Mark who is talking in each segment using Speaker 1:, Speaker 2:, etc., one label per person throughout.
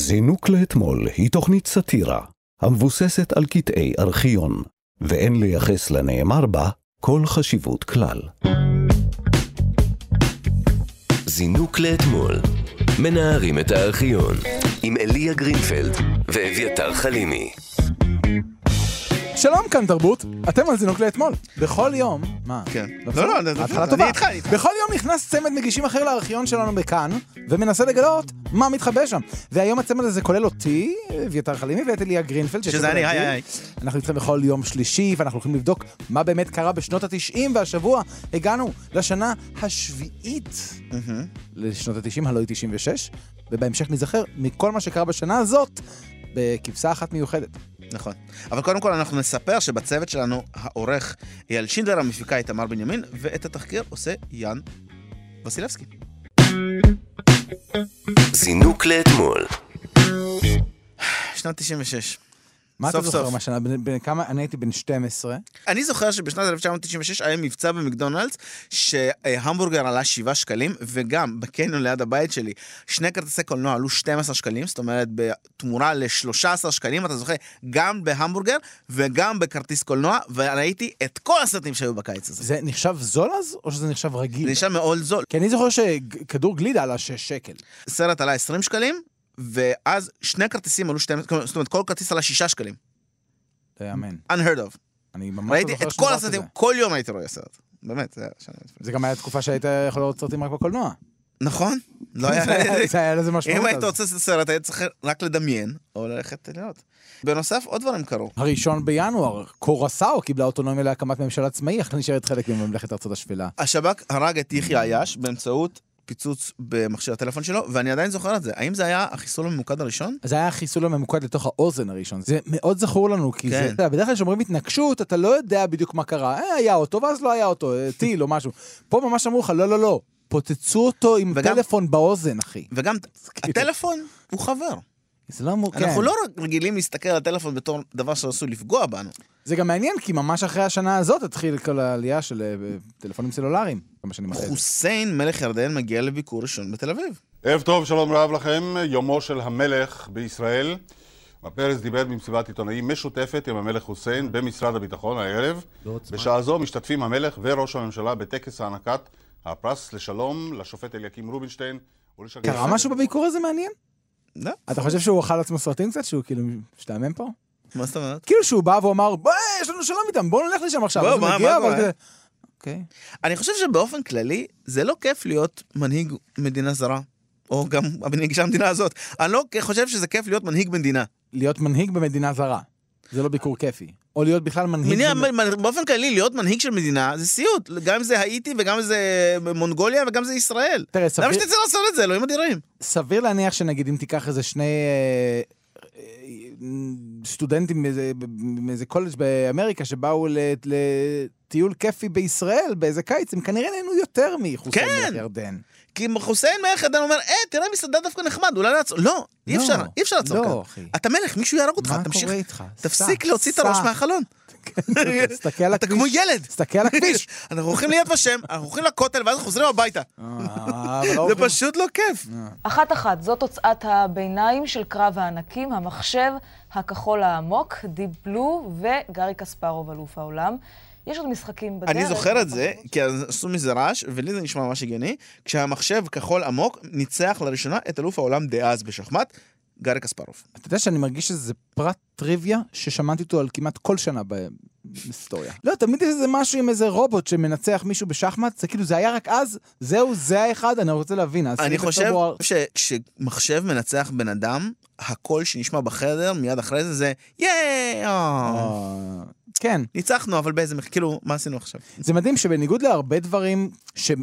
Speaker 1: זינוק לאתמול היא תוכנית סאטירה המבוססת על קטעי ארכיון, ואין לייחס לנאמר בה כל חשיבות כלל.
Speaker 2: זינוק לאתמול. מנערים את הארכיון. עם אליה גרינפלד ואביתר חלימי.
Speaker 3: שלום כאן תרבות, אתם על זינוק לאתמול. בכל יום, מה?
Speaker 4: כן.
Speaker 3: בסדר?
Speaker 4: לא, לא, לא,
Speaker 3: התחלה
Speaker 4: אני
Speaker 3: טובה.
Speaker 4: איתך, אני איתך.
Speaker 3: בכל יום נכנס צמד מגישים אחר לארכיון שלנו בכאן, ומנסה לגלות מה מתחבא שם. והיום הצמד הזה כולל אותי, אביתר חלימי, ואת אליה גרינפלד.
Speaker 4: שזה אני, היי,
Speaker 3: כרגיל,
Speaker 4: היי, היי.
Speaker 3: אנחנו איתכם בכל יום שלישי, ואנחנו הולכים לבדוק מה באמת קרה בשנות ה-90, והשבוע הגענו לשנה השביעית לשנות ה-90, הלוא היא 96, ובהמשך ניזכר מכל מה שקרה בשנה הזאת, בכבשה אחת מיוחדת.
Speaker 4: נכון. אבל קודם כל אנחנו נספר שבצוות שלנו העורך אייל שינדלר, המפיקה איתמר בנימין, ואת התחקיר עושה יאן וסילבסקי.
Speaker 2: זינוק לאתמול.
Speaker 4: שנת 96.
Speaker 3: מה אתה
Speaker 4: סוף
Speaker 3: זוכר
Speaker 4: סוף.
Speaker 3: מהשנה? בן- בן כמה? אני הייתי בן 12.
Speaker 4: אני זוכר שבשנת 1996 היה מבצע במקדונלדס שהמבורגר עלה 7 שקלים, וגם בקניון ליד הבית שלי שני כרטיסי קולנוע עלו 12 שקלים, זאת אומרת בתמורה ל-13 שקלים אתה זוכה גם בהמבורגר וגם בכרטיס קולנוע, וראיתי את כל הסרטים שהיו בקיץ הזה.
Speaker 3: זה נחשב זול אז, או שזה נחשב רגיל?
Speaker 4: זה נשמע מאוד זול.
Speaker 3: כי אני זוכר שכדור גלידה עלה 6 שקל.
Speaker 4: סרט עלה 20 שקלים, ואז שני כרטיסים עלו 12, כלומר, זאת אומרת, כל כרטיס עלה 6 שקלים.
Speaker 3: לא יאמן.
Speaker 4: unheard of.
Speaker 3: אני ממש לא
Speaker 4: ראיתי
Speaker 3: זוכר
Speaker 4: את
Speaker 3: שדבר
Speaker 4: כל הסרטים,
Speaker 3: כזה.
Speaker 4: כל יום הייתי רואה סרט. באמת, זה היה שנה לפני.
Speaker 3: זה גם היה תקופה שהיית יכול לראות סרטים רק בקולנוע.
Speaker 4: נכון? לא היה...
Speaker 3: זה היה- זה היה לזה משמעות.
Speaker 4: אם היית
Speaker 3: אז.
Speaker 4: רוצה לעשות סרט, היית צריך רק לדמיין, או ללכת לראות. בנוסף, עוד דברים קרו.
Speaker 3: הראשון בינואר, קורסאו קיבלה אוטונומיה להקמת ממשל עצמאי, אך נשארת חלק מממלכת ארצות השפלה.
Speaker 4: השב"כ הרג את יחיא עייש באמצעות פיצוץ במכשיר הטלפון שלו, ואני עדיין זוכר את זה. האם זה היה החיסול הממוקד הראשון?
Speaker 3: זה היה החיסול הממוקד לתוך האוזן הראשון. זה מאוד זכור לנו, כי זה...
Speaker 4: כן.
Speaker 3: אתה יודע, בדרך כלל כשאומרים התנגשות, אתה לא יודע בדיוק מה קרה. אה, היה אותו, ואז לא היה אותו, אה, טיל או משהו. פה ממש אמרו לך, לא, לא, לא. פוצצו אותו עם
Speaker 4: וגם-
Speaker 3: טלפון באוזן, אחי.
Speaker 4: וגם הטלפון הוא חבר.
Speaker 3: זה לא אמור, כן.
Speaker 4: אנחנו לא רגילים להסתכל על הטלפון בתור דבר שעשוי לפגוע בנו.
Speaker 3: זה גם מעניין, כי ממש אחרי השנה הזאת התחיל כל העלייה של אה, טלפונים סלולריים. כמה שנים אחרי. זה.
Speaker 4: חוסיין, מלך ירדן, מגיע לביקור ראשון בתל אביב.
Speaker 5: ערב טוב, שלום רב לכם, יומו של המלך בישראל. מר פרס דיבר במסיבת עיתונאים משותפת עם המלך חוסיין במשרד הביטחון הערב. בשעה זו משתתפים המלך וראש הממשלה בטקס הענקת הפרס לשלום לשופט אליקים רובינשטיין ולשגריר...
Speaker 3: קרה משהו בביקור הזה מעניין?
Speaker 4: לא,
Speaker 3: אתה חושב שהוא אכל לעצמו סרטים קצת, שהוא כאילו משתעמם פה?
Speaker 4: מה זאת אומרת?
Speaker 3: כאילו שהוא בא ואמר, "בוא, יש לנו שלום איתם, בואו נלך לשם עכשיו.
Speaker 4: בוא,
Speaker 3: אז הוא
Speaker 4: מה-
Speaker 3: מגיע,
Speaker 4: מה
Speaker 3: אבל
Speaker 4: קורה?
Speaker 3: כזה, אוקיי.
Speaker 4: אני חושב שבאופן כללי, זה לא כיף להיות מנהיג מדינה זרה, או גם המנהיג של המדינה הזאת. אני לא חושב שזה כיף להיות מנהיג מדינה.
Speaker 3: להיות מנהיג במדינה זרה. זה לא ביקור כיפי. או להיות בכלל מנהיג...
Speaker 4: מדינה-
Speaker 3: במ-
Speaker 4: מ- באופן כללי, להיות מנהיג של מדינה זה סיוט. גם זה האיטי, וגם זה מונגוליה, וגם זה ישראל.
Speaker 3: תראה,
Speaker 4: למה
Speaker 3: סביר-
Speaker 4: שאתה צריך לעשות את זה, אלוהים אדירים?
Speaker 3: סביר להניח שנגיד אם תיקח איזה שני אה, אה, סטודנטים מאיזה- מאיזה קולג' באמריקה שבאו ל- לטיול כיפי בישראל באיזה קיץ, הם כנראה נהנו יותר מחוסר
Speaker 4: כן.
Speaker 3: מלך ירדן.
Speaker 4: כי חוסיין מלך ירדן אומר, אה, תראה, מסעדה דווקא נחמד, אולי נעצור. לא, אי
Speaker 3: לא,
Speaker 4: אפשר, אי אפשר לעצור
Speaker 3: לא,
Speaker 4: כאן.
Speaker 3: אחי.
Speaker 4: אתה מלך, מישהו יהרוג אותך,
Speaker 3: מה
Speaker 4: תמשיך.
Speaker 3: קורה איתך?
Speaker 4: תפסיק
Speaker 3: סע,
Speaker 4: להוציא את
Speaker 3: סע.
Speaker 4: הראש מהחלון.
Speaker 3: תסתכל על
Speaker 4: אתה
Speaker 3: הכביש.
Speaker 4: כמו ילד.
Speaker 3: תסתכל על הכביש.
Speaker 4: אנחנו הולכים ליד ושם, אנחנו הולכים לכותל, ואז חוזרים הביתה.
Speaker 3: אה, אבל לא
Speaker 4: זה
Speaker 3: הולכים-
Speaker 4: פשוט לא כיף.
Speaker 3: אה.
Speaker 6: אחת אחת, זו תוצאת הביניים של קרב הענקים, המחשב הכחול העמוק, דיפ בלו וגארי קספרוב, אלוף העולם. יש עוד משחקים בדרך.
Speaker 4: אני זוכר את זה, כי אז עשו מזה רעש, ולי זה נשמע ממש הגיוני, כשהמחשב כחול עמוק ניצח לראשונה את אלוף העולם דאז בשחמט, גארי קספרוף.
Speaker 3: אתה יודע שאני מרגיש שזה פרט טריוויה ששמעתי אותו על כמעט כל שנה בהיסטוריה. לא, תמיד יש איזה משהו עם איזה רובוט שמנצח מישהו בשחמט, זה כאילו, זה היה רק אז, זהו, זה האחד, אני רוצה להבין. העשירי
Speaker 4: אני חושב
Speaker 3: בפברואר-
Speaker 4: שכשמחשב מנצח בן אדם, הקול שנשמע בחדר מיד אחרי זה זה, יאיי, אה,
Speaker 3: אה, כן,
Speaker 4: ניצחנו, אבל באיזה מחיר, כאילו, מה עשינו עכשיו?
Speaker 3: זה מדהים שבניגוד להרבה דברים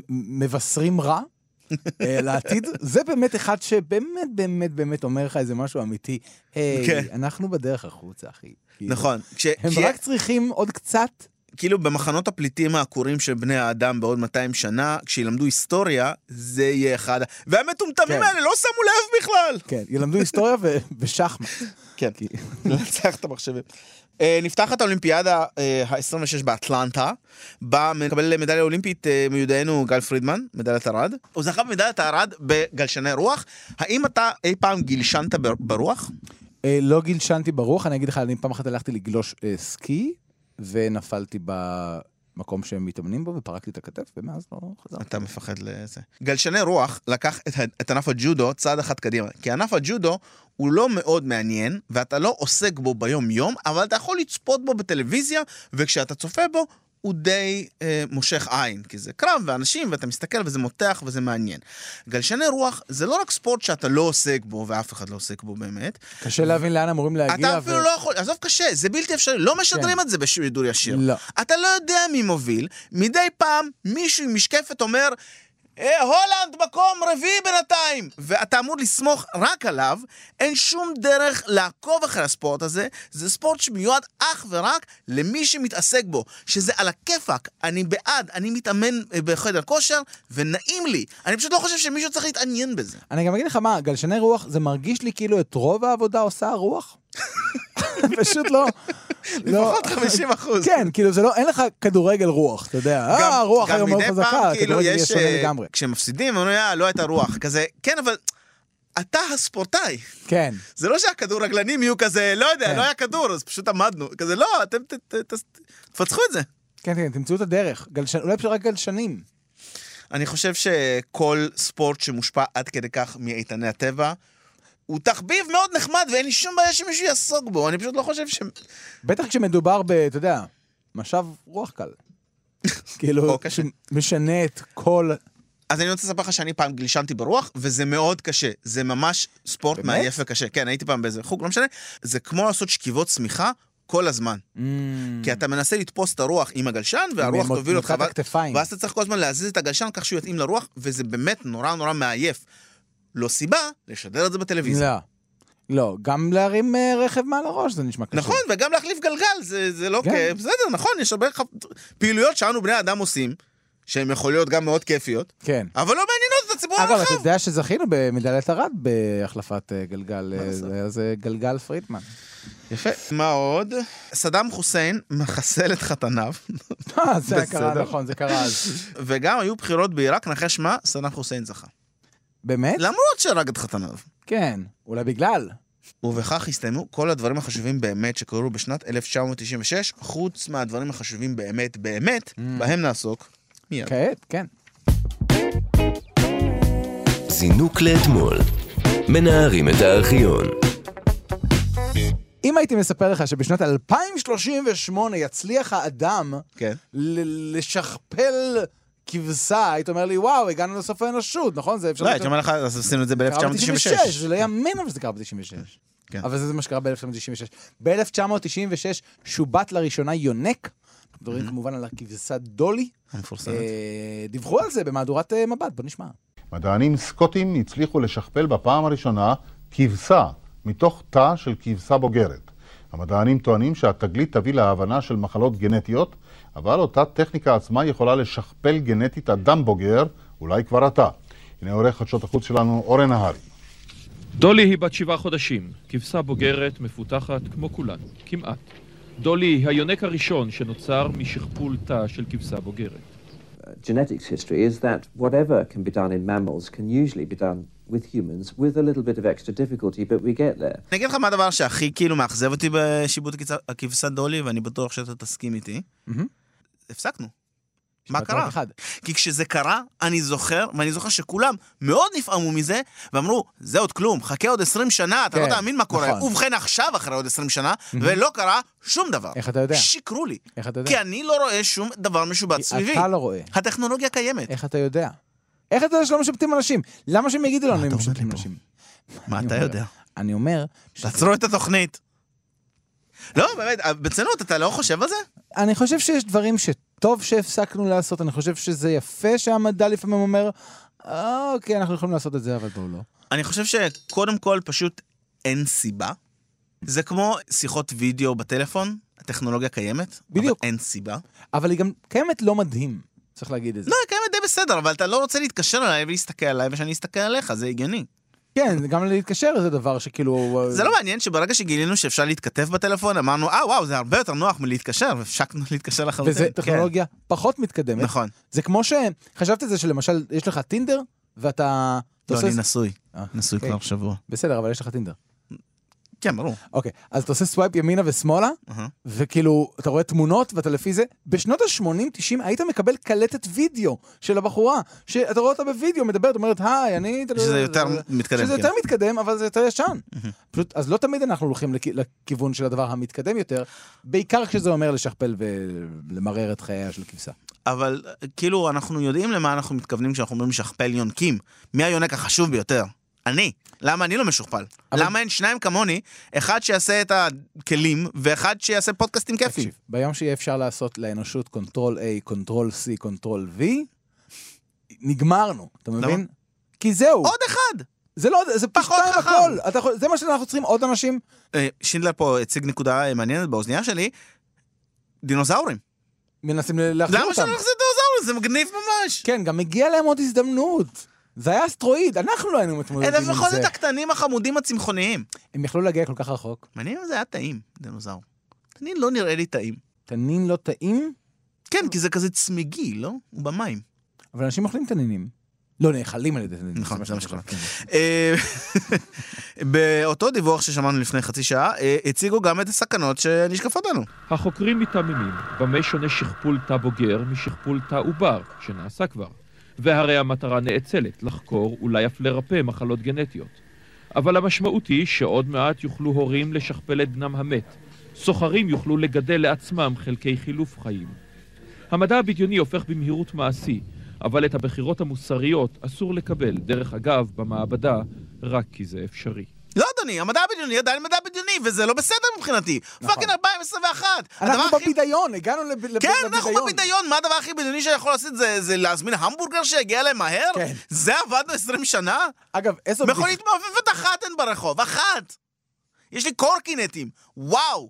Speaker 3: שמבשרים רע, אה, לעתיד, זה באמת אחד שבאמת באמת באמת אומר לך איזה משהו אמיתי.
Speaker 4: כן.
Speaker 3: היי, אנחנו בדרך החוצה, אחי. כאילו,
Speaker 4: נכון, כש-
Speaker 3: הם
Speaker 4: כי-
Speaker 3: רק צריכים עוד קצת
Speaker 4: כאילו במחנות הפליטים העקורים של בני האדם בעוד 200 שנה, כשילמדו היסטוריה, זה יהיה אחד. ה- והמטומטמים
Speaker 3: כן.
Speaker 4: האלה לא שמו לב בכלל!
Speaker 3: כן, ילמדו היסטוריה ו- ושחמט.
Speaker 4: כן,
Speaker 3: כי-
Speaker 4: לנצח את המחשבים. אה, נפתחת האולימפיאדה אה, ה-26 באטלנטה, בה מקבל מדליה אולימפית אה, מיודענו גל פרידמן, מדליית ארד. הוא זכה במדליית ארד בגלשני רוח. האם אתה אי פעם גלשנת בר- ברוח?
Speaker 3: אה, לא גלשנתי ברוח, אני אגיד לך, אני פעם אחת הלכתי לגלוש אה, סקי, ונפלתי במקום שהם מתאמנים בו, ופרקתי את הכתף, ומאז לא חזרתי.
Speaker 4: אתה מפחד לזה. גלשני רוח לקח את, ה- את ענף הג'ודו צעד אחד קדימה. כי ענף הג'ודו הוא לא מאוד מעניין, ואתה לא עוסק בו ביום-יום, אבל אתה יכול לצפות בו בטלוויזיה, וכשאתה צופה בו, הוא די אה, מושך עין, כי זה קרב ואנשים, ואתה מסתכל וזה מותח וזה מעניין. גלשני רוח זה לא רק ספורט שאתה לא עוסק בו, ואף אחד לא עוסק בו באמת.
Speaker 3: קשה להבין לאן אמורים להגיע.
Speaker 4: אתה אפילו
Speaker 3: ו- כן.
Speaker 4: לא יכול, עזוב קשה, זה בלתי אפשרי, לא משדרים את זה בשידור ישיר.
Speaker 3: לא.
Speaker 4: אתה לא יודע מי מוביל, מדי פעם מישהו עם משקפת אומר, "אה, הולנד מקום רביעי בינתיים, ואתה אמור לסמוך רק עליו, אין שום דרך לעקוב אחרי הספורט הזה, זה ספורט שמיועד אך ורק למי שמתעסק בו, שזה על הכיפאק, אני בעד, אני מתאמן אה, בחדר כושר, ונעים לי, אני פשוט לא חושב שמישהו צריך להתעניין בזה.
Speaker 3: אני גם אגיד לך מה, גלשני רוח, זה מרגיש לי כאילו את רוב העבודה עושה הרוח. פשוט לא.
Speaker 4: לפחות 50%.
Speaker 3: כן, כאילו זה לא, אין לך כדורגל רוח, אתה יודע.
Speaker 4: גם-
Speaker 3: אה, הרוח
Speaker 4: גם
Speaker 3: היום מאוד
Speaker 4: מדי פעם,
Speaker 3: חזקה,
Speaker 4: כאילו,
Speaker 3: הכדורגל יהיה
Speaker 4: יש,
Speaker 3: שונה
Speaker 4: אה,
Speaker 3: לגמרי.
Speaker 4: כשמפסידים, אומרים, אה, לא הייתה רוח. כזה, כן, אבל אתה הספורטאי.
Speaker 3: כן.
Speaker 4: זה לא שהכדורגלנים יהיו כזה, לא יודע,
Speaker 3: כן.
Speaker 4: לא היה כדור, אז פשוט עמדנו. כזה, לא, אתם ת- ת- ת- תפצחו את זה.
Speaker 3: כן, כן, תמצאו את הדרך. גלשן, אולי פשוט רק גלשנים.
Speaker 4: אני חושב שכל ספורט שמושפע עד כדי כך מאיתני הטבע, הוא תחביב מאוד נחמד, ואין לי שום בעיה שמישהו יעסוק בו, אני פשוט לא חושב ש...
Speaker 3: בטח כשמדובר ב, אתה יודע, משב רוח קל. כאילו,
Speaker 4: או Mm. קשה.
Speaker 3: משנה את כל...
Speaker 4: אז אני רוצה לספר לך שאני פעם גלישנתי ברוח, וזה מאוד קשה. זה ממש ספורט
Speaker 3: באמת?
Speaker 4: מעייף וקשה. כן, הייתי פעם באיזה חוג, לא משנה. זה כמו לעשות שכיבות צמיחה כל הזמן.
Speaker 3: Mm.
Speaker 4: כי אתה מנסה לתפוס את הרוח עם הגלשן, כן, והרוח
Speaker 3: מ-
Speaker 4: תוביל אותך,
Speaker 3: מוטת
Speaker 4: ואז-
Speaker 3: הכתפיים.
Speaker 4: ואז אתה צריך כל הזמן להזיז את הגלשן כך שהוא יתאים לרוח, וזה באמת נורא נורא מעייף. לא סיבה לשדר את זה בטלוויזיה.
Speaker 3: לא. לא, גם להרים אה, רכב מעל הראש זה נשמע קשה.
Speaker 4: נכון, וגם להחליף גלגל, זה, זה לא
Speaker 3: כן.
Speaker 4: כיף. בסדר, נכון, יש הרבה ח- פעילויות שאנו בני אדם עושים, שהן יכול להיות גם מאוד כיפיות,
Speaker 3: כן.
Speaker 4: אבל לא מעניינות את הציבור
Speaker 3: אגב, אתה
Speaker 4: הרחב.
Speaker 3: יודע שזכינו במדליית ארד בהחלפת אה, גלגל, אה, זה היה זה גלגל פרידמן.
Speaker 4: יפה. מה עוד? סדאם חוסיין מחסל את חתניו,
Speaker 3: אה, זה קרה,
Speaker 4: בסדר.
Speaker 3: נכון, זה קרה אז.
Speaker 4: וגם היו בחירות בעיראק, נחש מה? סדאם חוסיין זכה.
Speaker 3: באמת?
Speaker 4: למרות שהרג את חתניו.
Speaker 3: כן. אולי בגלל.
Speaker 4: ובכך הסתיימו כל הדברים החשובים באמת שקרו בשנת 1996, חוץ מהדברים החשובים באמת באמת, בהם נעסוק מיד.
Speaker 3: כעת, כן.
Speaker 2: זינוק לאתמול. מנערים את הארכיון.
Speaker 3: אם הייתי מספר לך שבשנת 2038 יצליח האדם
Speaker 4: כן.
Speaker 3: ל- לשכפל כבשה, היית אומר לי, וואו, הגענו לסוף האנושות, נכון? זה אפשר...
Speaker 4: לא, הייתי אומר לך, אז עשינו את זה
Speaker 3: קרה
Speaker 4: ב-1996.
Speaker 3: ב- זה לא יאמן אבל זה קרה ב-96.
Speaker 4: כן.
Speaker 3: אבל זה זה מה שקרה ב-1996. ב-1996 שובט לראשונה יונק, אנחנו מדברים כמובן על הכבשת דולי.
Speaker 4: המפורסמת.
Speaker 3: אה, דיווחו על זה במהדורת אה, מבט, בוא נשמע.
Speaker 5: מדענים סקוטים הצליחו לשכפל בפעם הראשונה כבשה מתוך תא של כבשה בוגרת. המדענים טוענים שהתגלית תביא להבנה של מחלות גנטיות, אבל אותה טכניקה עצמה יכולה לשכפל גנטית אדם בוגר, אולי כבר אתה. הנה עורך חדשות החוץ שלנו, אורן נהרי.
Speaker 7: דולי היא בת שבעה חודשים, כבשה בוגרת, מפותחת, כמו כולן, כמעט. דולי היא היונק הראשון שנוצר משכפול תא של כבשה בוגרת.
Speaker 8: genetics history is that whatever can be done in mammals can usually be done with humans with a little bit of extra difficulty, but we get there.
Speaker 4: אני אגיד לך מה הדבר שהכי כאילו מאכזב אותי בשיבוט הכבשה- הכבשה דולי, ואני בטוח שאתה תסכים איתי.
Speaker 3: מהמם.
Speaker 4: הפסקנו. מה
Speaker 3: שבת
Speaker 4: קרה?
Speaker 3: רק אחד.
Speaker 4: כי כשזה קרה, אני זוכר, ואני זוכר שכולם מאוד נפעמו מזה, ואמרו, זה עוד כלום, חכה עוד 20 שנה, אתה
Speaker 3: כן,
Speaker 4: לא תאמין מה קורה.
Speaker 3: נכון.
Speaker 4: ובכן, עכשיו אחרי עוד 20 שנה, ולא קרה שום דבר.
Speaker 3: איך אתה יודע?
Speaker 4: שיקרו לי.
Speaker 3: איך אתה יודע?
Speaker 4: כי אני לא רואה שום דבר משובץ
Speaker 3: כי
Speaker 4: סביבי.
Speaker 3: אתה לא רואה.
Speaker 4: הטכנולוגיה קיימת.
Speaker 3: איך אתה יודע? איך אתה יודע שלא משבטים אנשים? למה שהם יגידו לנו אם
Speaker 4: אה, אתה אומר
Speaker 3: משבטים
Speaker 4: לי פה?
Speaker 3: אנשים?
Speaker 4: מה
Speaker 3: אני
Speaker 4: אתה
Speaker 3: אומר?
Speaker 4: יודע?
Speaker 3: אני אומר, שזה-
Speaker 4: תעצרו את התוכנית. לא, באמת, בצנות, אתה לא חושב על זה?
Speaker 3: אני חושב שיש דברים שטוב שהפסקנו לעשות, אני חושב שזה יפה שהמדע לפעמים אומר, "אה, אוקיי, אנחנו יכולים לעשות את זה, אבל בואו לא.
Speaker 4: אני חושב שקודם כל פשוט אין סיבה. זה כמו שיחות וידאו בטלפון, הטכנולוגיה קיימת,
Speaker 3: בדיוק.
Speaker 4: אבל אין סיבה.
Speaker 3: אבל היא גם קיימת לא מדהים, צריך להגיד את זה.
Speaker 4: כן, לא, היא קיימת די בסדר, אבל אתה לא רוצה להתקשר אליי ולהסתכל עליי ושאני אסתכל עליך, זה הגיוני.
Speaker 3: כן, זה גם להתקשר זה דבר שכאילו...
Speaker 4: זה לא מעניין שברגע שגילינו שאפשר להתכתב בטלפון, אמרנו, אה, וואו, זה הרבה יותר נוח מלהתקשר, והפסקנו להתקשר לחלוטין.
Speaker 3: וזה
Speaker 4: כן.
Speaker 3: טכנולוגיה פחות מתקדמת.
Speaker 4: נכון.
Speaker 3: זה כמו שחשבת את זה שלמשל, יש לך טינדר, ואתה... אתה
Speaker 4: לא,
Speaker 3: עושה-
Speaker 4: אני נשוי.
Speaker 3: אה,
Speaker 4: נשוי
Speaker 3: אוקיי.
Speaker 4: כבר שבוע.
Speaker 3: בסדר, אבל יש לך טינדר.
Speaker 4: כן, ברור.
Speaker 3: אוקיי, אז אתה עושה סווייפ ימינה ושמאלה,
Speaker 4: אהה.
Speaker 3: אה, וכאילו, אתה רואה תמונות ואתה לפי זה, בשנות ה-80-90 היית מקבל קלטת וידאו של הבחורה, שאתה רואה אותה בווידאו, מדברת, אומרת, היי, אני...
Speaker 4: שזה יותר מתקדם.
Speaker 3: שזה
Speaker 4: כן.
Speaker 3: יותר מתקדם, אבל זה יותר ישן. פשוט, אז לא תמיד אנחנו הולכים לכ- לכיוון של הדבר המתקדם יותר, בעיקר כשזה אומר לשכפל ולמרר את חייה של כבשה.
Speaker 4: אבל אה, כאילו, אנחנו יודעים למה אנחנו מתכוונים כשאנחנו אומרים שכפל יונקים. מי היונק החשוב ביותר? אני. למה אני לא משוכפל?
Speaker 3: אבל-
Speaker 4: למה אין שניים כמוני, אחד שיעשה את הכלים, ואחד שיעשה פודקאסטים כיפיים?
Speaker 3: תקשיב, ביום שיהיה אפשר לעשות לאנושות קונטרול A, קונטרול C, קונטרול V, נגמרנו, אתה מבין? כי זהו,
Speaker 4: עוד אחד!
Speaker 3: זה לא, זה פי
Speaker 4: פחות
Speaker 3: שתיים
Speaker 4: חכם.
Speaker 3: הכל, אתה יכול- זה מה שאנחנו צריכים, עוד אנשים?
Speaker 4: אה, שינדלר פה הציג נקודה אה, מעניינת באוזנייה שלי, דינוזאורים.
Speaker 3: מנסים ל- להחזיר
Speaker 4: למה
Speaker 3: אותם.
Speaker 4: שלא נחזיר דינוזאורים? זה מגניב ממש.
Speaker 3: כן, גם מגיע להם עוד הזדמנות. זה היה אסטרואיד, אנחנו לא היינו מתמודדים
Speaker 4: אלה
Speaker 3: עם
Speaker 4: בכל
Speaker 3: זה.
Speaker 4: זאת הקטנים החמודים הצמחוניים.
Speaker 3: הם יכלו להגיע כל כך רחוק.
Speaker 4: מעניין אם זה היה טעים, דינוזאור. תנין לא נראה לי טעים.
Speaker 3: תנין לא טעים,
Speaker 4: כן, כי זה כזה צמיגי, לא? הוא במים.
Speaker 3: אבל אנשים אוכלים תנינים. לא, נאכלים על ידי תנינים.
Speaker 4: נכון, זה מה שקורה.
Speaker 3: כן.
Speaker 4: אה, באותו דיווח ששמענו לפני חצי שעה, אה, הציגו גם את הסכנות שנשקפות לנו.
Speaker 7: החוקרים מתעממים, במה שונה שכפול תא בוגר משכפול תא עובר, שנעשה כבר. והרי המטרה נאצלת, לחקור, אולי אף לרפא מחלות גנטיות. אבל המשמעות היא שעוד מעט יוכלו הורים לשכפל את בנם המת. סוחרים יוכלו לגדל לעצמם חלקי חילוף חיים. המדע הבדיוני הופך במהירות מעשי, אבל את הבחירות המוסריות אסור לקבל, דרך אגב, במעבדה, רק כי זה אפשרי.
Speaker 4: לא, אדוני, המדע הבדיוני עדיין מדע בדיוני, וזה לא בסדר מבחינתי. פאקינג 2021. הדבר
Speaker 3: נכון. אנחנו
Speaker 4: הכי-
Speaker 3: בבידיון, הגענו לב- לב-
Speaker 4: כן, אנחנו
Speaker 3: לבידיון.
Speaker 4: בבידיון, מה הדבר הכי בדיוני שיכול לעשות זה- זה להזמין המבורגר שיגיע אליהם מהר?
Speaker 3: כן.
Speaker 4: זה עבדנו 20 שנה?
Speaker 3: אגב, איזו בדיחה.
Speaker 4: מכונית מעופפת אחת אין ברחוב, אחת. יש לי קורקינטים, וואו.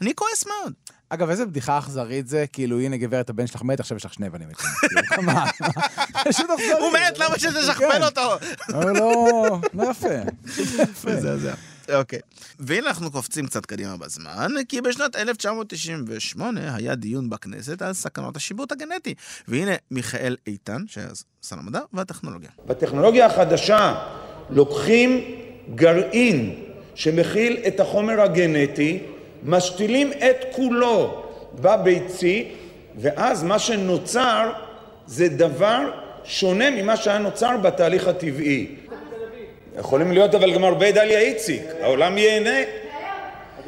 Speaker 4: אני כועס מאוד.
Speaker 3: אגב, איזה בדיחה אכזרית זה, כאילו, הנה גברת, הבן שלך מת, עכשיו יש לך שני בנים מתים. כאילו, מה? פשוט אכזרי.
Speaker 4: הוא מת, למה שזה
Speaker 3: כן.
Speaker 4: לשכפל אותו?
Speaker 3: אבל לא, לא יפה.
Speaker 4: מזעזע. אוקיי. והנה אנחנו קופצים קצת קדימה בזמן, כי בשנת 1998 היה דיון בכנסת על סכנות השיבוט הגנטי. והנה מיכאל איתן, שהיה אז שר המדע והטכנולוגיה.
Speaker 9: בטכנולוגיה החדשה לוקחים גרעין שמכיל את החומר הגנטי, משתילים את כולו בביצית, ואז מה שנוצר זה דבר שונה ממה שהיה נוצר בתהליך הטבעי. יכולים להיות אבל גם הרבה דליה איציק, העולם ייהנה.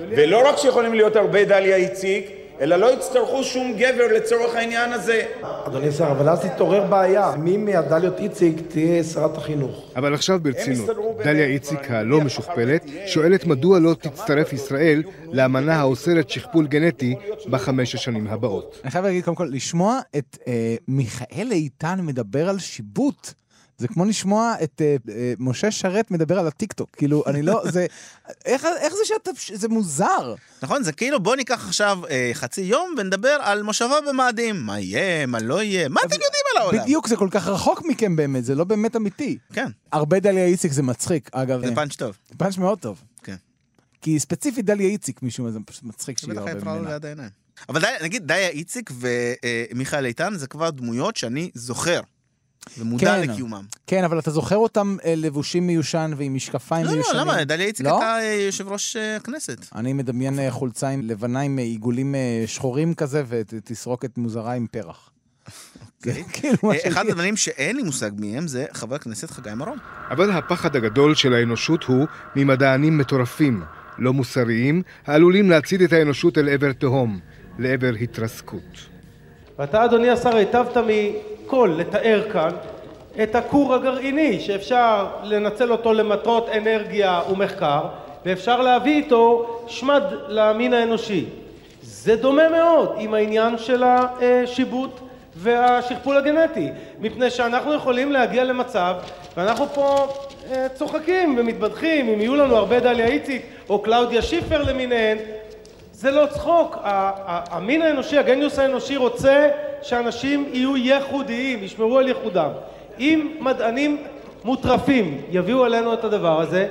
Speaker 9: ולא רק שיכולים להיות הרבה דליה איציק, אלא לא יצטרכו שום גבר לצורך העניין הזה.
Speaker 10: אדוני שר, אבל אז תתעורר בעיה. מי מהדליות איציק תהיה שרת החינוך?
Speaker 11: אבל עכשיו ברצינות,
Speaker 9: הסתדרו ביניהם,
Speaker 11: דליה
Speaker 9: כבר
Speaker 11: איציק
Speaker 9: אני
Speaker 11: הלא
Speaker 9: מניח,
Speaker 11: משוכפלת
Speaker 9: מחר תהיה-
Speaker 11: שואלת מדוע לא תצטרף ישראל לאמנה האוסרת שכפול גנטי בחמש השנים הבאות.
Speaker 3: אני חייב להגיד, קודם כל, לשמוע את אה, מיכאל איתן מדבר על שיבוט. זה כמו לשמוע את אה, אה, משה שרת מדבר על הטיקטוק. כאילו, אני לא, זה... איך, איך זה שאתה... זה מוזר.
Speaker 4: נכון? זה כאילו בוא ניקח עכשיו אה, חצי יום ונדבר על מושבה במאדים. מה יהיה, מה לא יהיה, מה אתם יודעים על העולם?
Speaker 3: בדיוק, זה כל כך רחוק מכם באמת, זה לא באמת אמיתי.
Speaker 4: כן,
Speaker 3: הרבה דליה איציק זה מצחיק, אגב.
Speaker 4: זה פאנץ' טוב.
Speaker 3: פאנץ' מאוד טוב.
Speaker 4: כן.
Speaker 3: כי ספציפית דליה איציק, משום מה זה פשוט מצחיק שיהיה
Speaker 4: בטח לא
Speaker 3: הרבה
Speaker 4: יפרע לו
Speaker 3: ממנה.
Speaker 4: ליד העיניים. אבל די- נגיד דיה איציק ומיכאל איתן זה כבר דמויות שאני זוכר ומודע
Speaker 3: כן.
Speaker 4: לקיומם.
Speaker 3: כן, אבל אתה זוכר אותם אה, לבושים מיושן ועם משקפיים
Speaker 4: לא,
Speaker 3: מיושנים?
Speaker 4: לא, למה? דליה איציק
Speaker 3: לא?
Speaker 4: הייתה אה, יושב ראש אה, הכנסת.
Speaker 3: אני מדמיין אה, חולצה עם לבנה עם אה, עיגולים אה, שחורים כזה ותסרוקת מוזרה עם פרח.
Speaker 4: אוקיי.
Speaker 3: כאילו מה
Speaker 4: אה, אחד
Speaker 3: שלי.
Speaker 4: הדברים שאין לי מושג מי הם זה חבר הכנסת חגי מרום.
Speaker 11: אבל הפחד הגדול של האנושות הוא ממדענים מטורפים, לא מוסריים, העלולים להצעיד את האנושות אל עבר תהום, לעבר התרסקות.
Speaker 10: ואתה, אדוני השר, היטבת מכל לתאר כאן את הכור הגרעיני שאפשר לנצל אותו למטרות אנרגיה ומחקר, ואפשר להביא איתו שמד למין האנושי. זה דומה מאוד עם העניין של השיבוט והשכפול הגנטי, מפני שאנחנו יכולים להגיע למצב, ואנחנו פה אה, צוחקים ומתבדחים, אם יהיו לנו הרבה דליה איציק או קלאודיה שיפר למיניהן, זה לא צחוק, ה- ה- המין האנושי, הגניוס האנושי רוצה שאנשים יהיו ייחודיים, ישמרו על ייחודם. אם מדענים
Speaker 12: מוטרפים יביאו עלינו את הדבר הזה,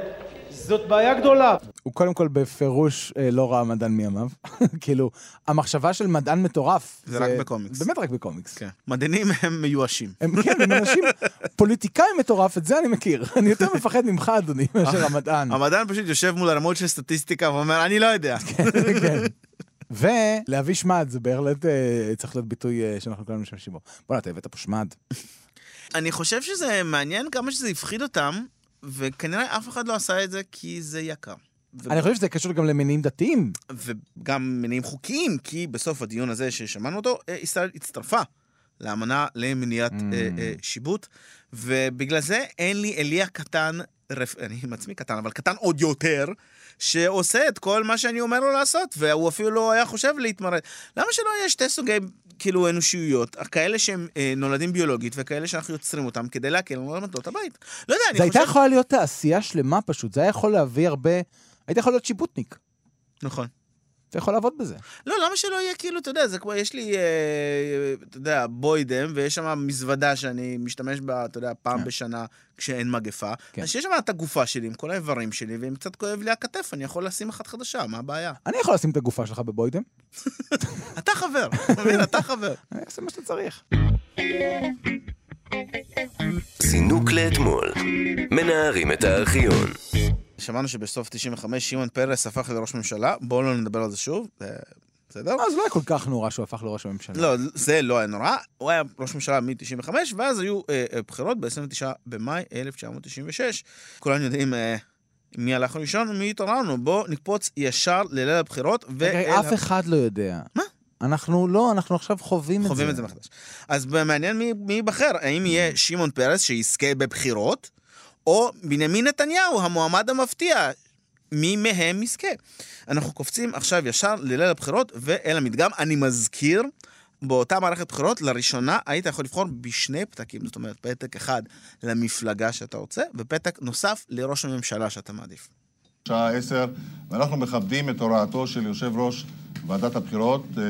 Speaker 12: זאת בעיה גדולה.
Speaker 3: הוא קודם כל בפירוש אה, לא ראה מדען מימיו. כאילו, המחשבה של מדען מטורף.
Speaker 4: זה רק בקומיקס.
Speaker 3: באמת רק בקומיקס.
Speaker 4: כן. מדענים הם מיואשים.
Speaker 3: הם כן, הם אנשים, פוליטיקאי מטורף, את זה אני מכיר. אני יותר מפחד ממך, אדוני,
Speaker 4: אה,
Speaker 3: מאשר המדען.
Speaker 4: המדען פשוט יושב מול הרמות של סטטיסטיקה ואומר, אני לא יודע.
Speaker 3: כן. ולהביא שמד, זה בהחלט אה, צריך להיות ביטוי אה, שאנחנו כולנו משתמשים בו. בוא'נה, אתה הבאת פה שמד.
Speaker 4: אני חושב שזה מעניין כמה שזה הפחיד אותם, וכנראה אף אחד לא עשה את זה כי זה יקר. ו-
Speaker 3: אני חושב שזה קשור גם למניעים דתיים.
Speaker 4: וגם מניעים חוקיים, כי בסוף הדיון הזה ששמענו אותו, אה, ישראל הצטרפה לאמנה למניעת אה,
Speaker 3: Mm.
Speaker 4: אה, שיבוט, ובגלל זה אין לי אליה קטן, רפ... אני עם עצמי קטן, אבל קטן עוד יותר, שעושה את כל מה שאני אומר לו לעשות, והוא אפילו לא היה חושב להתמרד. למה שלא יהיה שתי סוגי... כאילו אנושיויות, כאלה שהם אה, נולדים ביולוגית וכאלה שאנחנו יוצרים אותם כדי להקל לנו על מטלות הבית. לא יודע, אני
Speaker 3: זה
Speaker 4: חושב...
Speaker 3: הייתה יכולה להיות תעשייה שלמה פשוט, זה היה יכול להביא הרבה... היית יכול להיות שיבוטניק,
Speaker 4: נכון.
Speaker 3: אתה יכול לעבוד בזה.
Speaker 4: לא, למה שלא יהיה כאילו, אתה יודע, זה כמו, יש לי, אה, אתה יודע, בוידם, ויש שם מזוודה שאני משתמש בה, אתה יודע, פעם בשנה כשאין מגפה.
Speaker 3: כן.
Speaker 4: אז שיש שם את הגופה שלי עם כל האיברים שלי, ואם קצת כואב לי הכתף, אני יכול לשים אחת חדשה, מה הבעיה?
Speaker 3: אני יכול לשים את הגופה שלך בבוידם,
Speaker 4: אתה חבר, אתה מבין? אתה חבר.
Speaker 3: אני אעשה מה שאתה צריך.
Speaker 13: זינוק לאתמול. מנערים את הארכיון.
Speaker 4: שמענו שבסוף 95 שמעון פרס הפך לראש ממשלה, בואו לא נדבר על זה שוב, אה, בסדר?
Speaker 3: אז לא היה כל כך נורא שהוא הפך לראש הממשלה.
Speaker 4: לא, זה לא היה נורא, הוא היה ראש ממשלה מ-95, ואז היו אה, אה, בחירות ב-29 במאי 1996. כולנו יודעים אה, מי הלכנו לישון ומי התעוררנו, בואו נקפוץ ישר לליל הבחירות. ואל
Speaker 3: רגע, אף אחד לא יודע.
Speaker 4: מה?
Speaker 3: אנחנו לא, אנחנו עכשיו חווים את זה.
Speaker 4: חווים את זה מחדש. אז מעניין מי מי ייבחר, האם יהיה שמעון פרס שיזכה בבחירות, או בנימין נתניהו, המועמד המפתיע. מי מהם יזכה? אנחנו קופצים עכשיו ישר לליל הבחירות ואל המדגם. אני מזכיר, באותה מערכת בחירות, לראשונה היית יכול לבחור בשני פתקים, זאת אומרת, פתק אחד למפלגה שאתה רוצה, ופתק נוסף לראש הממשלה שאתה מעדיף.
Speaker 14: שעה עשר, ואנחנו מכבדים את הוראתו של יושב ראש ועדת הבחירות, אה,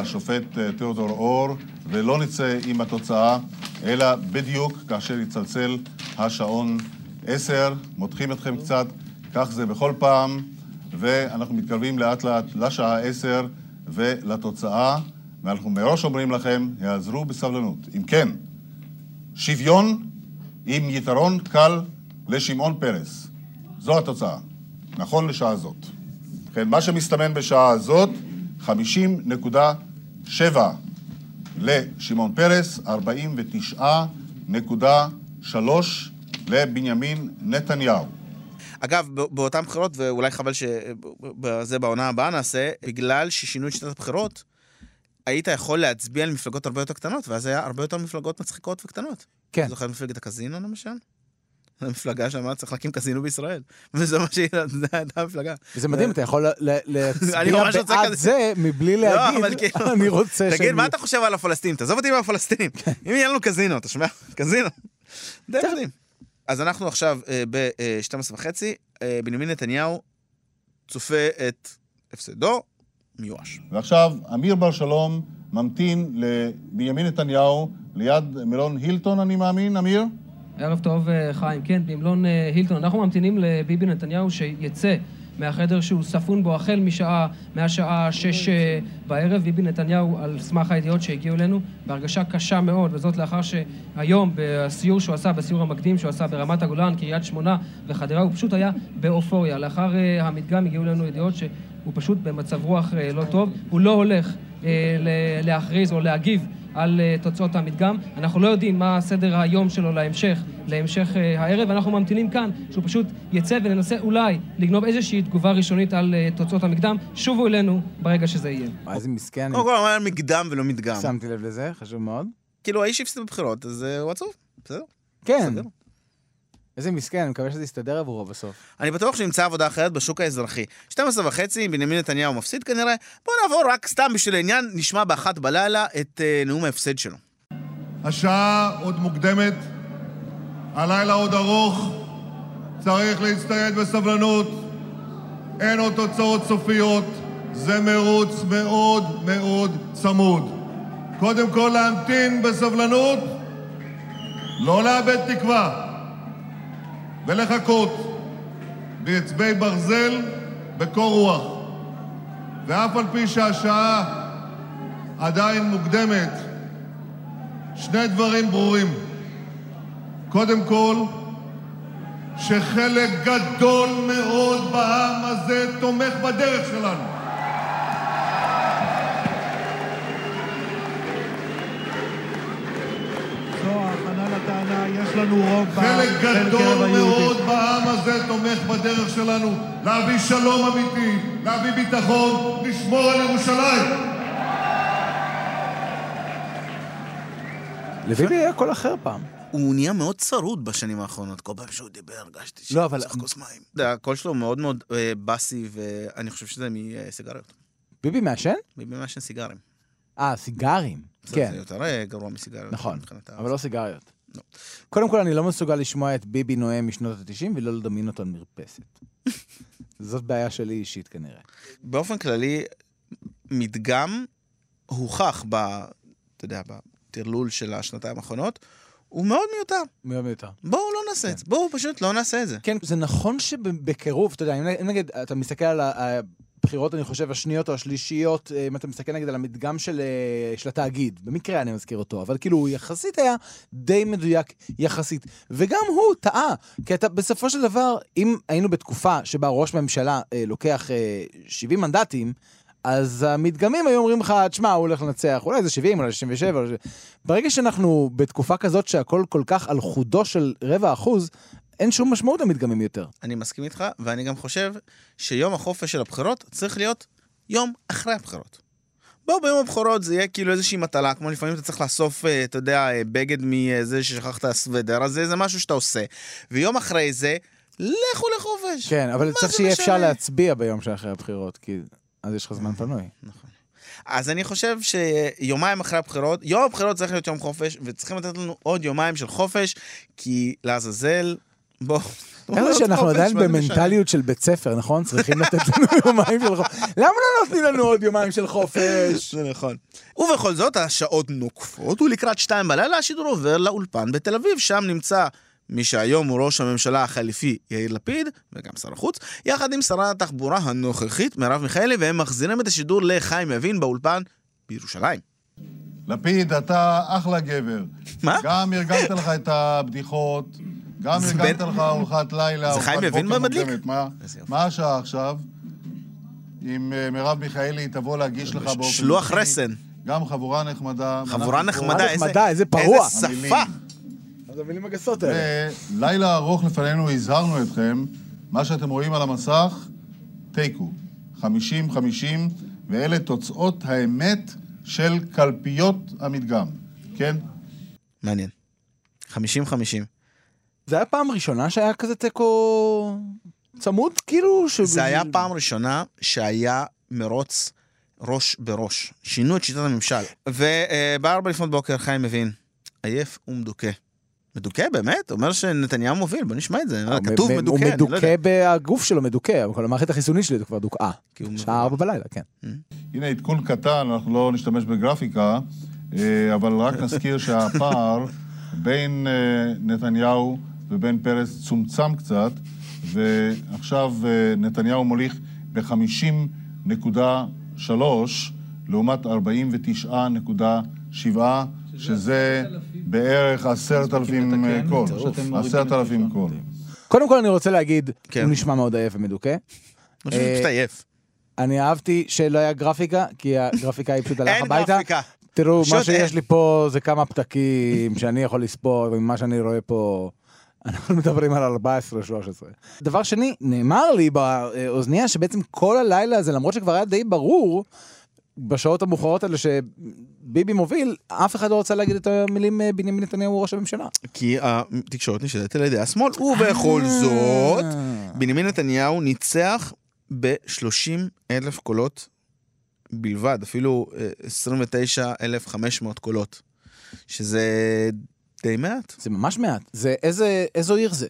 Speaker 14: השופט אה, תיאודור אור, ולא נצא עם התוצאה, אלא בדיוק כאשר יצלצל השעון עשר, מותחים אתכם קצת, כך זה בכל פעם, ואנחנו מתקרבים לאט לאט לשעה עשר ולתוצאה, ואנחנו מראש אומרים לכם, היעזרו בסבלנות. אם כן, שוויון עם יתרון קל לשמעון פרס. זו התוצאה, נכון לשעה זאת. כן, מה שמסתמן בשעה הזאת, 50.7 לשמעון פרס, 49.3 לבנימין נתניהו.
Speaker 4: אגב, ב- באותן בחירות, ואולי חבל שזה בעונה הבאה נעשה, בגלל ששינו את שיטת הבחירות, היית יכול להצביע על מפלגות הרבה יותר קטנות, ואז היה הרבה יותר מפלגות מצחיקות וקטנות.
Speaker 3: כן.
Speaker 4: אתה זוכר את מפלגת הקזינו למשל? זו מפלגה שאמרה, צריך להקים קזינו בישראל. וזה מה שהיא, זה הייתה המפלגה.
Speaker 3: זה מדהים, אתה יכול ל- ל-
Speaker 4: אני
Speaker 3: להצביע
Speaker 4: ממש רוצה
Speaker 3: בעד
Speaker 4: כזה. לא,
Speaker 3: זה מבלי להגיד, אני רוצה
Speaker 4: כאילו,
Speaker 3: כן.
Speaker 4: תגיד,
Speaker 3: שהם
Speaker 4: מה אתה חושב על הפלסטינים? תעזוב אותי מהפלסטינים. אם יהיה לנו קזינו, אתה שומע? קזינו. די מדהים. אז אנחנו עכשיו ב-12 וחצי, אה, בנימין נתניהו צופה את הפסדו, מיואש.
Speaker 3: כן.
Speaker 14: ועכשיו, אמיר בר שלום ממתין לבנימין נתניהו ליד מלון הילטון, אני מאמין, אמיר?
Speaker 10: ערב טוב, אה, חיים. כן, במלון אה, הילטון. אנחנו ממתינים לביבי נתניהו שיצא מהחדר שהוא ספון בו החל משעה, מהשעה שש אה, בערב. ביבי נתניהו, על סמך הידיעות שהגיעו אלינו, בהרגשה קשה מאוד, וזאת לאחר שהיום, בסיור שהוא עשה, בסיור המקדים שהוא עשה ברמת הגולן, קריית שמונה וחדרה, הוא פשוט היה באופוריה. לאחר אה, המדגם הגיעו אלינו ידיעות שהוא פשוט במצב רוח אה, לא טוב. הוא לא הולך אה, ל- להכריז או להגיב. על אה, תוצאות המדגם. אנחנו לא יודעים מה סדר היום שלו להמשך, להמשך אה, הערב, ואנחנו ממתינים כאן שהוא פשוט יצא וננסה אולי לגנוב איזושהי תגובה ראשונית על אה, תוצאות המדגם. שובו אלינו ברגע שזה יהיה.
Speaker 3: מה, איזה מסכן, אני
Speaker 4: קודם כל, הוא היה מקדם ולא מדגם.
Speaker 3: שמתי לב לזה, חשוב מאוד.
Speaker 4: כאילו, האיש הפסיד בבחירות, אז אה, הוא עצוב, בסדר?
Speaker 3: כן.
Speaker 4: בסדר.
Speaker 3: איזה מסכן, אני מקווה שזה יסתדר עבורו בסוף.
Speaker 4: אני בטוח שנמצא עבודה אחרת בשוק האזרחי. 12 וחצי, בנימין נתניהו מפסיד כנראה. בואו נעבור רק סתם בשביל העניין, נשמע באחת בלילה את אה, נאום ההפסד שלו.
Speaker 15: השעה עוד מוקדמת, הלילה עוד ארוך, צריך להצטייד בסבלנות, אין עוד תוצאות סופיות, זה מרוץ מאוד מאוד צמוד. קודם כל להמתין בסבלנות, לא לאבד תקווה,
Speaker 14: ולחכות באצבעי ברזל, בקור רוח. ואף על פי שהשעה עדיין מוקדמת, שני דברים ברורים. קודם כל, שחלק גדול מאוד בעם הזה תומך בדרך שלנו.
Speaker 16: זו ההכנה לטענה, יש לנו רוב בעם,
Speaker 14: חלק
Speaker 16: בין קרב
Speaker 14: גדול
Speaker 16: היהודים.
Speaker 14: מאוד בעם הזה תומך בדרך שלנו להביא שלום אמיתי, להביא ביטחון, לשמור על ירושלים.
Speaker 3: לביבי היה קול אחר פעם.
Speaker 4: הוא נהיה מאוד צרוד בשנים האחרונות, כל פעם שהוא דיבר הרגשתי
Speaker 3: לא, אבל...
Speaker 4: אתה יודע, הקול שלו מאוד מאוד אה, באסי, ואני חושב שזה מסיגריות.
Speaker 3: ביבי מעשן?
Speaker 4: ביבי מעשן סיגרים.
Speaker 3: אה, סיגרים.
Speaker 4: זה-
Speaker 3: כן.
Speaker 4: זה יותר אה, גרוע מסיגריות.
Speaker 3: נכון,
Speaker 4: מבחינת ה-
Speaker 3: אבל לא סיגריות. קודם כל, אני לא מסוגל לשמוע את ביבי נואם משנות ה-90 ולא לדמיין אותו על מרפסת. זאת בעיה שלי אישית כנראה.
Speaker 4: באופן כללי, מדגם הוכח ב... אתה יודע, בטרלול של השנתיים האחרונות, הוא מאוד מיותר.
Speaker 3: מאוד מיותר.
Speaker 4: בואו לא נעשה את זה, בואו פשוט לא נעשה את זה.
Speaker 3: כן, זה נכון שבקירוב, אתה יודע, אם נ- אם נגיד, אתה מסתכל על ה- הבחירות, אני חושב, השניות או השלישיות, אה, אם אתה מסתכל נגיד על המדגם של, אה, של התאגיד, במקרה אני מזכיר אותו, אבל כאילו, הוא יחסית היה די מדויק, יחסית. וגם הוא טעה, כי אתה, בסופו של דבר, אם היינו בתקופה שבה ראש ממשלה אה, לוקח אה, 70 מנדטים, אז המדגמים היו אומרים לך, תשמע, הוא הולך לנצח, אולי זה 70, אולי 67. אולי ש-" ברגע שאנחנו בתקופה כזאת שהכל כל כך על חודו של רבע אחוז, אין שום משמעות למדגמים יותר.
Speaker 4: אני מסכים איתך, ואני גם חושב שיום החופש של הבחירות צריך להיות יום אחרי הבחירות. בואו ביום הבחירות זה יהיה כאילו איזושהי מטלה, כמו לפעמים אתה צריך לאסוף, אה, אתה יודע, אה, בגד מזה ששכחת הסוודר, אז זה איזה משהו שאתה עושה. ויום אחרי זה, לכו לחופש.
Speaker 3: כן, אבל
Speaker 4: מה
Speaker 3: צריך
Speaker 4: זה
Speaker 3: שיהיה
Speaker 4: משנה?
Speaker 3: אפשר להצביע ביום שאחרי הבחירות, כי אז יש לך זמן פנוי.
Speaker 4: אז אני חושב שיומיים אחרי הבחירות, יום הבחירות צריך להיות יום חופש, וצריכים לתת לנו עוד יומיים של חופש, כי לעזאזל, בואו.
Speaker 3: איך זה שאנחנו
Speaker 4: חופש,
Speaker 3: עדיין
Speaker 4: מה זה משנה?
Speaker 3: במנטליות של בית ספר, נכון? צריכים לתת לנו יומיים של חופש. למה לא נותנים לנו עוד יומיים של חופש?
Speaker 4: זה נכון. ובכל זאת, השעות נוקפות, ולקראת שתיים בלילה השידור עובר לאולפן בתל אביב, שם נמצא מי שהיום הוא ראש הממשלה החליפי יאיר לפיד, וגם שר החוץ, יחד עם שרת התחבורה הנוכחית מרב מיכאלי, והם מחזירים את השידור לחיים יבין באולפן בירושלים.
Speaker 14: לפיד, אתה אחלה גבר.
Speaker 4: מה?
Speaker 14: גם ארגנת לך את הבדיחות, גם
Speaker 4: זה
Speaker 14: ארגנת
Speaker 4: בן-
Speaker 14: לך ארוחת לילה,
Speaker 4: זה
Speaker 14: ארוחת
Speaker 4: חיים
Speaker 14: בוקר
Speaker 4: לוין במדליק?
Speaker 14: מוקדמת. מה- מה השעה עכשיו? אם אה, מרב מיכאלי תבוא להגיש לך באופן...
Speaker 4: שלוח
Speaker 14: אישי.
Speaker 4: רסן.
Speaker 14: גם חבורה נחמדה.
Speaker 4: חבורה
Speaker 14: אנחנו פה-
Speaker 4: נחמדה, איזה- נחמדה, איזה פרוע. איזה שפה.
Speaker 3: אז המילים הגסות האלה.
Speaker 14: לילה ארוך לפנינו, הזהרנו אתכם. מה שאתם רואים על המסך, תיקו. 50-50, ואלה תוצאות האמת של קלפיות המדגם, כן?
Speaker 4: מעניין. 50-50.
Speaker 3: זה היה פעם ראשונה שהיה כזה תיקו צמוד, כאילו? ש-
Speaker 4: זה היה פעם ראשונה שהיה מרוץ ראש בראש. שינו את שיטת הממשל. ובארבע לפנות בוקר חיים מבין, עייף ומדוכא. מדוכא באמת? אומר שנתניהו מוביל, בוא נשמע את זה.
Speaker 3: הוא
Speaker 4: כתוב
Speaker 3: אה, מ-
Speaker 4: מדוכא,
Speaker 3: הוא
Speaker 4: אני לא יודע.
Speaker 3: מדוכא, הגוף שלו מדוכא, אבל המערכת החיסונית שלי כבר דוכאה. שעה ארבע בלילה, כן.
Speaker 14: הנה עדכון קטן, אנחנו לא נשתמש בגרפיקה, אה, אבל רק נזכיר שהפער בין אה, נתניהו ובין פרס צומצם קצת, ועכשיו אה, נתניהו מוליך ב-50.3 לעומת 49.7, שזה בערך עשרת אלפים אה, קול. עשרת אלפים קול.
Speaker 3: קודם כל אני רוצה להגיד, הוא נשמע מאוד עייף ומדוכא.
Speaker 4: אני חושב שהוא פשוט
Speaker 3: אה,
Speaker 4: עייף.
Speaker 3: אני אהבתי שלא היה גרפיקה, כי הגרפיקה היא פשוט הלך
Speaker 4: אין
Speaker 3: הביתה.
Speaker 4: גרפיקה.
Speaker 3: תראו,
Speaker 4: פשוט
Speaker 3: מה שיש
Speaker 4: אין.
Speaker 3: לי פה זה כמה פתקים שאני יכול לספור, וממה שאני רואה פה, אנחנו מדברים על 14-13. דבר שני, נאמר לי באוזנייה שבעצם כל הלילה הזה, למרות שכבר היה די ברור, בשעות המאוחרות האלה שביבי מוביל, אף אחד לא רוצה להגיד את המילים אה, בנימין נתניהו הוא ראש הממשלה.
Speaker 4: כי התקשורת נשלטת על ידי השמאל,
Speaker 3: אה.
Speaker 4: ובכל זאת, בנימין נתניהו ניצח ב-30 אלף קולות בלבד, אפילו אה, 29,500 קולות, שזה די מעט.
Speaker 3: זה ממש מעט. זה איזה, איזו עיר זה?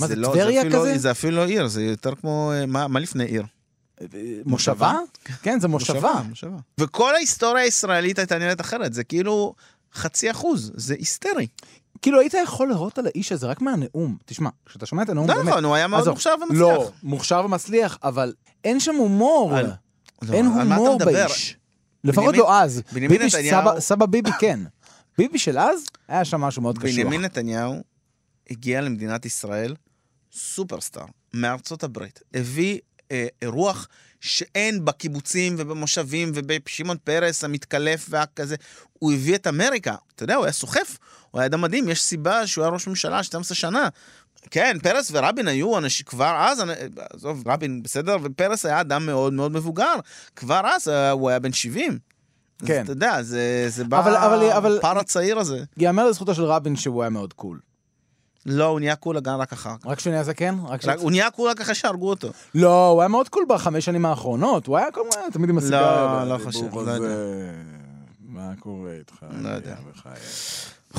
Speaker 3: מה, זה
Speaker 4: לא-
Speaker 3: טבריה
Speaker 4: אפילו-
Speaker 3: כזה?
Speaker 4: זה אפילו לא עיר, זה יותר כמו, אה, מה מה לפני עיר?
Speaker 3: מושבה? כן, זה מושבה.
Speaker 4: מושבה. וכל ההיסטוריה הישראלית הייתה נראית אחרת, זה כאילו חצי אחוז, זה היסטרי.
Speaker 3: כאילו, היית יכול להראות על האיש הזה רק מהנאום. תשמע, כשאתה שומע את הנאום,
Speaker 4: לא
Speaker 3: באמת...
Speaker 4: נכון, הוא היה מאוד
Speaker 3: עזוב,
Speaker 4: מוכשר ומצליח.
Speaker 3: לא, מוכשר ומצליח, אבל אין שם הומור.
Speaker 4: על-
Speaker 3: אין
Speaker 4: על מה אתה
Speaker 3: הומור
Speaker 4: מדבר?
Speaker 3: באיש. לפחות
Speaker 4: בנימין-
Speaker 3: לא אז.
Speaker 4: בנימין
Speaker 3: ביבי-
Speaker 4: נתניהו-
Speaker 3: סבא- סבא ביבי כן. ביבי של אז, היה שם משהו מאוד קשוח.
Speaker 4: בנימין נתניהו הגיע למדינת ישראל סופרסטאר מארצות הברית. הביא אה, רוח שאין בקיבוצים ובמושבים ובשמעון פרס המתקלף והכזה. הוא הביא את אמריקה. אתה יודע, הוא היה סוחף, הוא היה אדם מדהים, יש סיבה שהוא היה ראש ממשלה 12 שנה. כן, פרס ורבין היו אנשים, כבר אז, אנ- עזוב, רבין בסדר, ופרס היה אדם מאוד מאוד מבוגר. כבר אז אה, הוא היה בן 70.
Speaker 3: כן.
Speaker 4: אז אתה יודע, זה, זה
Speaker 3: אבל- אבל-
Speaker 4: בא
Speaker 3: אבל-
Speaker 4: הפער הצעיר הזה.
Speaker 3: ייאמר לזכותו של רבין שהוא היה מאוד קול.
Speaker 4: לא, הוא נהיה קול גם רק אחר כך.
Speaker 3: רק כשהוא נהיה זקן? רק
Speaker 4: רק-
Speaker 3: כש-
Speaker 4: הוא נהיה קול רק אחרי שהרגו אותו.
Speaker 3: לא, הוא היה מאוד קול בחמש שנים האחרונות. הוא היה כל הזמן תמיד עם הסיגריה.
Speaker 4: לא, לא
Speaker 3: והדיבור
Speaker 4: חושב, לא
Speaker 3: הזה.
Speaker 4: יודע.
Speaker 3: מה קורה איתך?
Speaker 4: לא יודע.
Speaker 3: אני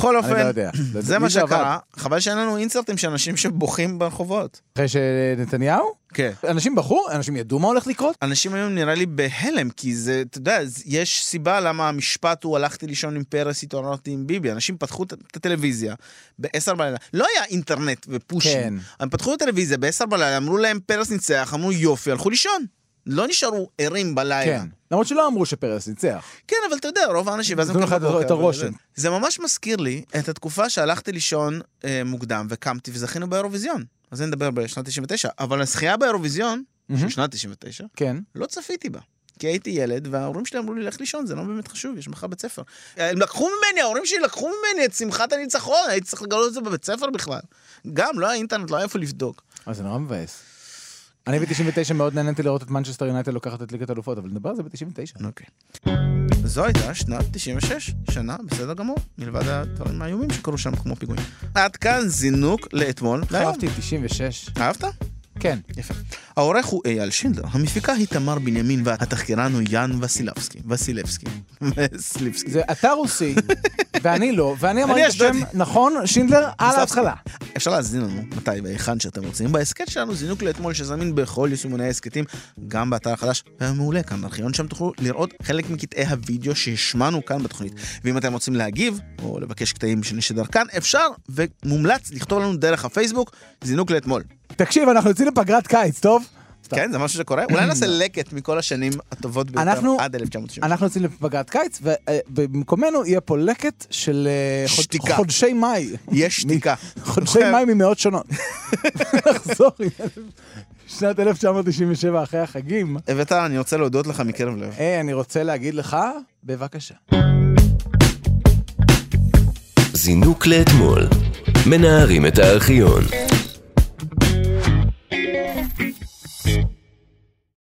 Speaker 4: בכל
Speaker 3: לא
Speaker 4: אופן,
Speaker 3: יודע. לא יודע.
Speaker 4: זה מה
Speaker 3: מי זה עבד?
Speaker 4: שקרה. חבל שאין לנו אינסרטים של אנשים שבוכים ברחובות.
Speaker 3: אחרי שנתניהו?
Speaker 4: כן.
Speaker 3: אנשים בחור? אנשים ידעו מה הולך לקרות?
Speaker 4: אנשים היום נראה לי בהלם, כי זה, אתה יודע, זה- יש סיבה למה המשפט הוא הלכתי לישון עם פרס, התעוררתי עם ביבי. אנשים פתחו את- את הטלוויזיה ב-10 בלילה. לא היה אינטרנט
Speaker 3: כן.
Speaker 4: ופושים. הם פתחו את הטלוויזיה ב-10 בלילה, אמרו להם פרס ניצח, אמרו יופי, הלכו לישון. לא נשארו ערים בלילה.
Speaker 3: כן. למרות שלא אמרו שפרס ניצח.
Speaker 4: כן, אבל אתה יודע, רוב האנשים, ואז הם
Speaker 3: נתנו
Speaker 4: קמים
Speaker 3: לך את-
Speaker 4: בבוקר.
Speaker 3: את הרושם.
Speaker 4: וזה- זה ממש מזכיר לי את התקופה שהלכתי לישון אה, מוקדם וקמתי וזכינו באירוויזיון. אז אני מדבר בשנת 99, אבל הזכייה באירוויזיון, של שנת 99,
Speaker 3: כן.
Speaker 4: לא צפיתי בה. כי הייתי ילד, וההורים שלי אמרו לי, לך לישון, זה לא באמת חשוב, יש מחר בית ספר. הם לקחו ממני, ההורים שלי לקחו ממני את שמחת הניצחון, הייתי צריך לגלות את זה בבית ספר בכלל. גם, לא היה אינטרנט, לא היה איפה לבדוק.
Speaker 3: אה, זה נורא מבאס. אני ב-99 מאוד נהניתי לראות את מנצ'סטר יונייטד לוקחת את ליגת אלופות, אבל נדבר על זה ב-99.
Speaker 4: אוקיי. זו הייתה שנת 96, שנה בסדר גמור, מלבד הדברים האיומים שקרו שם כמו פיגועים. עד כאן זינוק לאתמול.
Speaker 3: אהבתי 96.
Speaker 4: אהבת?
Speaker 3: כן.
Speaker 4: יפה. העורך הוא אייל שינדלר, המפיקה היא תמר בנימין והתחקירן הוא יאן וסילבסקי. וסילבסקי. וסליבסקי.
Speaker 3: זה אתה רוסי, ואני לא, ואני אמרתי את
Speaker 4: אני
Speaker 3: השם
Speaker 4: אשדודי.
Speaker 3: נכון, שינדלר, על ההתחלה.
Speaker 4: אפשר להזין לנו מתי והיכן שאתם רוצים. בהסכת שלנו זינוק לאתמול שזמין בכל יישומוני ההסכתים, גם באתר החדש והמעולה כאן בארכיון, שם תוכלו לראות חלק מקטעי הוידאו שהשמענו כאן בתוכנית. ואם אתם רוצים להגיב או לבקש קטעים שנשדר כאן, אפשר ומומלץ לכתוב לנו דרך הפייסבוק זינוק לאתמול.
Speaker 3: תקשיב, אנחנו יוצאים לפגרת קיץ, טוב?
Speaker 4: כן, זה משהו שקורה? אולי נעשה לקט מכל השנים הטובות ביותר
Speaker 3: אנחנו-
Speaker 4: עד 1990.
Speaker 3: אנחנו יוצאים לפגרת קיץ, ובמקומנו יהיה פה לקט של אה, חוד-
Speaker 4: שתיקה.
Speaker 3: חודשי מאי.
Speaker 4: יש שתיקה.
Speaker 3: חודשי מאי ממאות שונות. נחזור עם אלף- שנת 1997 אחרי החגים.
Speaker 4: אביתר, אני רוצה להודות לך מקרב לב.
Speaker 3: היי, אני רוצה להגיד לך, בבקשה.
Speaker 2: זינוק לאתמול. מנערים את הארכיון.